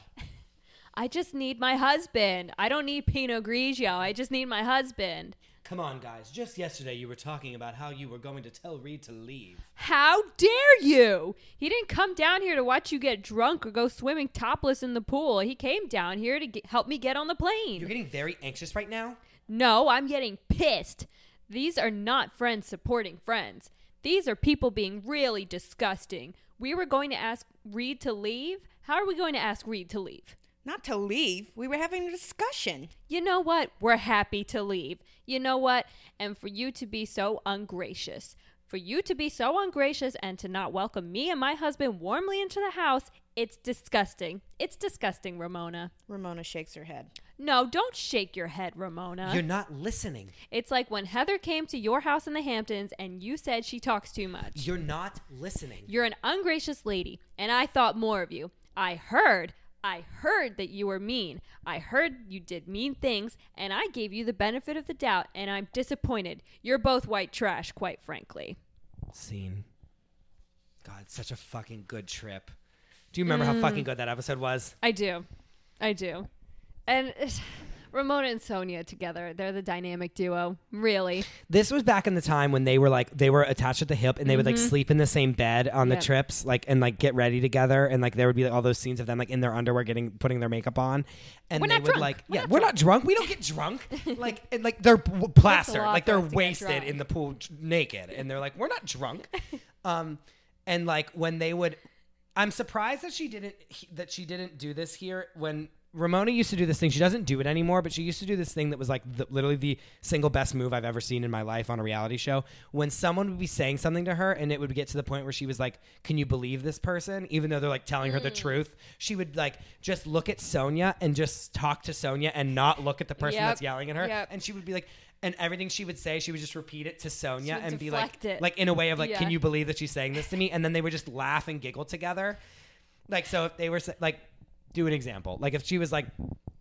C: I just need my husband. I don't need Pinot Grigio. I just need my husband.
B: Come on, guys. Just yesterday you were talking about how you were going to tell Reed to leave.
C: How dare you? He didn't come down here to watch you get drunk or go swimming topless in the pool. He came down here to get, help me get on the plane.
B: You're getting very anxious right now.
C: no, I'm getting pissed. These are not friends supporting friends. These are people being really disgusting. We were going to ask Reed to leave. How are we going to ask Reed to leave?
D: Not to leave. We were having a discussion.
C: You know what? We're happy to leave. You know what? And for you to be so ungracious, for you to be so ungracious and to not welcome me and my husband warmly into the house, it's disgusting. It's disgusting, Ramona.
D: Ramona shakes her head.
C: No, don't shake your head, Ramona.
B: You're not listening.
C: it's like when Heather came to your house in the Hamptons and you said she talks too much.
B: You're not listening.
C: You're an ungracious lady, and I thought more of you. I heard, I heard that you were mean. I heard you did mean things, and I gave you the benefit of the doubt, and I'm disappointed. You're both white trash, quite frankly.
B: Scene. God, such a fucking good trip. Do you
C: Mm.
B: remember how fucking good that episode was?
C: I do. I do. And [sighs] Ramona and Sonia together, they're the dynamic duo. Really.
B: This was back in the time when they were like they were attached at the hip and they would like sleep in the same bed on the
C: Mm-hmm. Yep.
B: trips, like and like get ready together and like there would be like, all those scenes of them like in their underwear getting putting their makeup on and
C: We're
B: they
C: not
B: would
C: drunk.
B: like
C: We're
B: yeah
C: not
B: we're not drunk we don't get
C: [laughs]
B: drunk like and like they're w- plastered
C: lot
B: like
C: for
B: they're
C: us to get
B: wasted
C: drunk.
B: in the pool t- naked and they're like we're not
C: [laughs]
B: drunk, um and like when they would I'm surprised that she didn't he- that she didn't do this here when Ramona used to do this thing. She doesn't do it anymore, but she used to do this thing that was like the, literally the single best move I've ever seen in my life on a reality show. When someone would be saying something to her, and it would get to the point where she was like, "Can you believe this person?" Even though they're like telling her
C: Mm.
B: the truth, she would like just look at Sonia and just talk to Sonia and not look at the person
C: Yep.
B: that's yelling at her.
C: Yep.
B: And she would be like, and everything she would say, she would just repeat it to Sonia
C: would
B: and be like,
C: deflect it.
B: like in a way of like,
C: Yeah.
B: "Can you believe that she's saying this to me?" And then they would just laugh and giggle together. Like so, if they were sa- like, do an example. Like if she was like,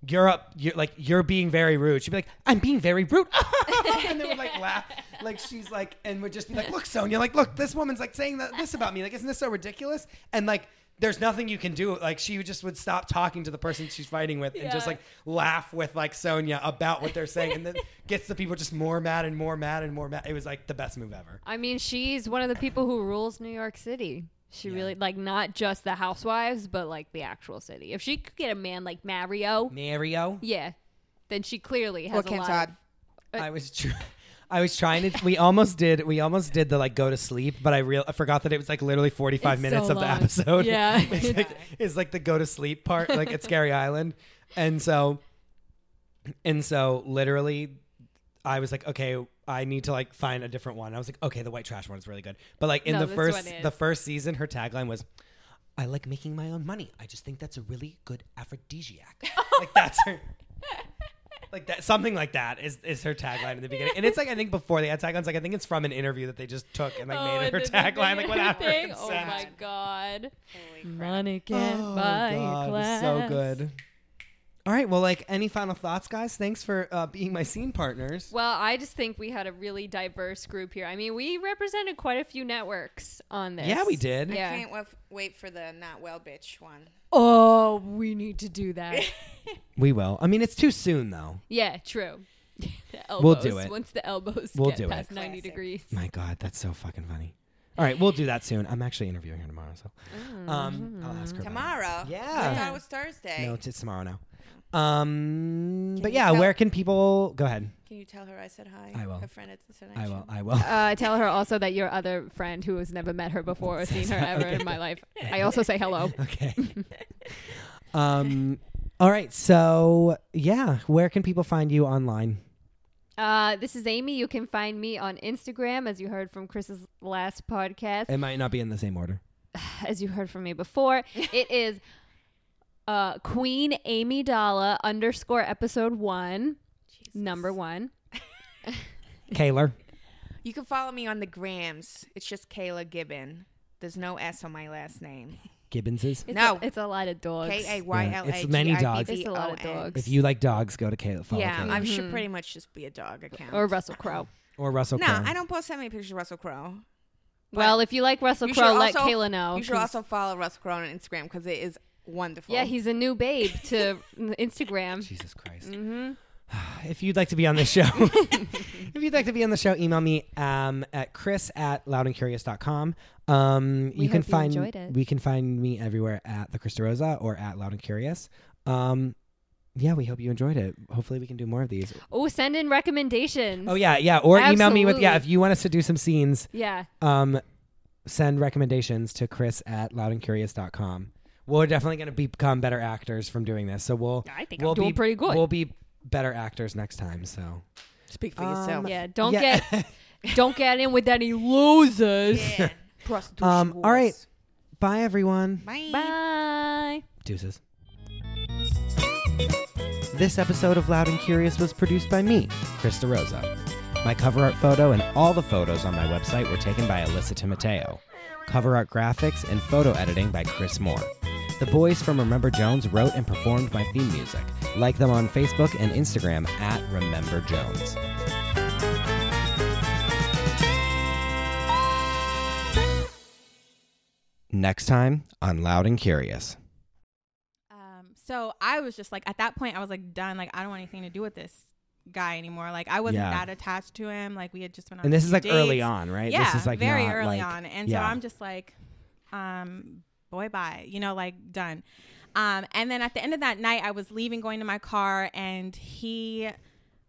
B: "You're up," you're like, "You're being very rude." She'd be like, "I'm being very rude," [laughs] and they would like laugh. Like she's like, and would just be like, "Look, Sonia, like, look, this woman's like saying that, this about me. Like, isn't this so ridiculous?" And like. There's nothing you can do. Like she would just would stop talking to the person she's fighting with and just
C: Yeah.
B: like laugh with like Sonia about what they're saying, and then gets the people just more mad and more mad and more mad. It was like the best move ever.
G: I mean, she's one of the people who rules New York City. She really like not just the housewives, but like the actual city. If she could get a man like Mario,
B: Mario,
G: yeah, then she clearly has
D: What
G: a
D: can
G: lot.
D: Todd?
B: I was tr- [laughs] I was trying to. We almost did. We almost did the like go to sleep, but I real I forgot that it was like literally forty five
G: It's
B: minutes
G: so
B: of the
G: long.
B: episode.
G: Yeah.
B: [laughs]
G: [laughs]
B: it's, like, it's like the go to sleep part, like at Scary Island, and so, and so literally, I was like, okay, I need to like find a different one. I was like, okay, the white trash one is really good, but like in
G: No,
B: the
G: this
B: first
G: one is.
B: the first season, her tagline was. I like making my own money. I just think that's a really good
G: [laughs]
B: aphrodisiac. like that's her like that something like that is is her tagline in the beginning and it's like i think before they had taglines like i think it's from an interview that they just took and like
G: Oh,
B: made it her tagline like whatever
C: Thing? Oh my god. Money can't
B: oh
C: buy
B: god it's
C: class.
B: so good all right well like any final thoughts guys thanks for uh, being my scene partners
C: Well, I just think we had a really diverse group here. I mean, we represented quite a few networks on this.
B: yeah we did
G: Yeah.
D: I can't wef- wait for the not well bitch one.
G: Oh, we need to do that.
D: [laughs]
B: we will i mean it's too soon though
H: [laughs]
C: Yeah, true.
H: The
B: We'll do
H: elbows,
B: it.
H: Once the elbows
B: We'll
H: get
B: do
H: past
B: it.
H: 90
D: Classic.
H: degrees.
B: My God, that's so fucking funny. All right, we'll do that soon. I'm actually interviewing her tomorrow, so um, I'll ask her about it.
D: Tomorrow.
B: Yeah.
D: I thought it was Thursday.
B: No, it's tomorrow now. Um, but
D: you
B: yeah,
D: tell-
B: where can people go ahead?
D: Can you tell her I said hi?
B: I will.
D: Her friend at the tonight.
B: I will.
D: Show.
B: I will.
C: Uh, tell her also that your other friend who has never met
B: [laughs]
C: her before or seen her ever in my life. I also say hello.
B: [laughs] okay. um. All right. So yeah, where can people find you online?
C: Uh, this is Amy. You can find me on Instagram, as you heard from Chris's last podcast.
B: It might not be in the same order.
C: as you heard from
B: [laughs]
C: me before, it is uh, Queen Amy Dalla underscore episode one, number one.
B: Kaylor.
D: You can follow me on the grams. It's just Kayla Gibbon. There's no S on my last name.
B: Gibbons's.
C: It's
D: No.
C: a, it's a lot of dogs.
D: K A Y L A.
B: it's many dogs.
C: it's a lot of dogs.
B: If you like dogs, go to Kayla. Follow
D: Yeah,
B: Kayla.
D: I should pretty much just be a dog account.
C: or Russell Crowe.
B: or Russell.
D: no,
B: Crowe.
D: I don't post that many pictures of Russell Crowe. But
C: Well, if you like Russell
D: you
C: Crowe,
D: should
C: let
D: also-
C: Kayla know.
D: You should
C: 'cause-
D: also follow Russell Crowe on Instagram because it is wonderful.
C: yeah, he's a new babe
D: [laughs]
C: to Instagram.
B: Jesus Christ.
C: Mm-hmm.
B: [sighs] If you'd like to be on this
C: [laughs]
B: show, [laughs] if you'd like to be on the show, email me um, at chris at loudandcurious.com. Um,
C: We
B: you can
C: hope you
B: find
C: enjoyed it.
B: we can find me everywhere at the Krista Rosa or at Loud and Curious. Um, yeah, we hope you enjoyed it. Hopefully, we can do more of these.
C: Oh, send in recommendations.
B: Oh yeah, yeah. Or email me with yeah.
C: Absolutely.
B: If you want us to do some scenes,
C: Yeah.
B: um, send recommendations to chris at loudandcurious.com. We're definitely going to become better actors from doing this. So we'll
H: I think
B: we'll
C: doing
B: be
C: pretty good.
B: We'll be better actors next time. So.
D: Speak
C: Um,
D: for yourself.
C: Yeah. Don't
B: Yeah.
C: get [laughs] don't get in with any losers.
D: [laughs] Yeah. Prostitution.
B: Um, all right.
D: wars.
B: Bye, everyone.
C: Bye.
B: Deuces. This episode of Loud and Curious was produced by me, Krista Rosa. My cover art photo and all the photos on my website were taken by Alyssa Timoteo. Cover art graphics and photo editing by Chris Moore. The boys from Remember Jones wrote and performed my theme music. Like them on Facebook and Instagram at Remember Jones. Next time on Loud and Curious.
I: Um, so I was just like, at that point, I was like, done. Like, I don't want anything to do with this guy anymore. Like, I wasn't
B: Yeah.
I: that attached to him. Like, we had just been on.
B: And this is
I: two
B: like early
I: dates.
B: on, right?
I: Yeah,
B: this is like
I: very
B: not,
I: early
B: like-
I: on. And so
B: yeah.
I: I'm just like, um, boy, bye. You know, like done. Um, and then at the end of that night, I was leaving, going to my car, and he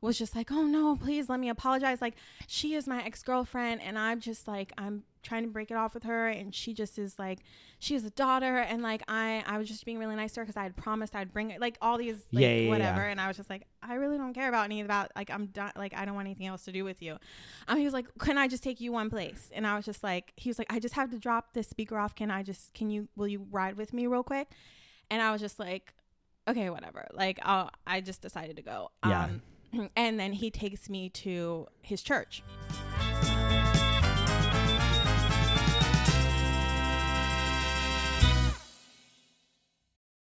I: was just like, "Oh no, please let me apologize. Like, she is my ex girlfriend, and I'm just like, I'm trying to break it off with her, and she just is like, she is a daughter, and like, I, I was just being really nice to her because I had promised I'd bring it, like all these, like,
B: Yeah, yeah, yeah.
I: whatever, and I was just like, I really don't care about any of that. Like, I'm done. Like, I don't want anything else to do with you. Um, he was like, "Can I just take you one place?" And I was just like, he was like, "I just have to drop this speaker off. Can I just? Can you? Will you ride with me real quick?" And I was just like, "Okay, whatever." Like, I'll, I just decided to go.
B: Yeah.
I: [clears throat] Um, and then he takes me to his church.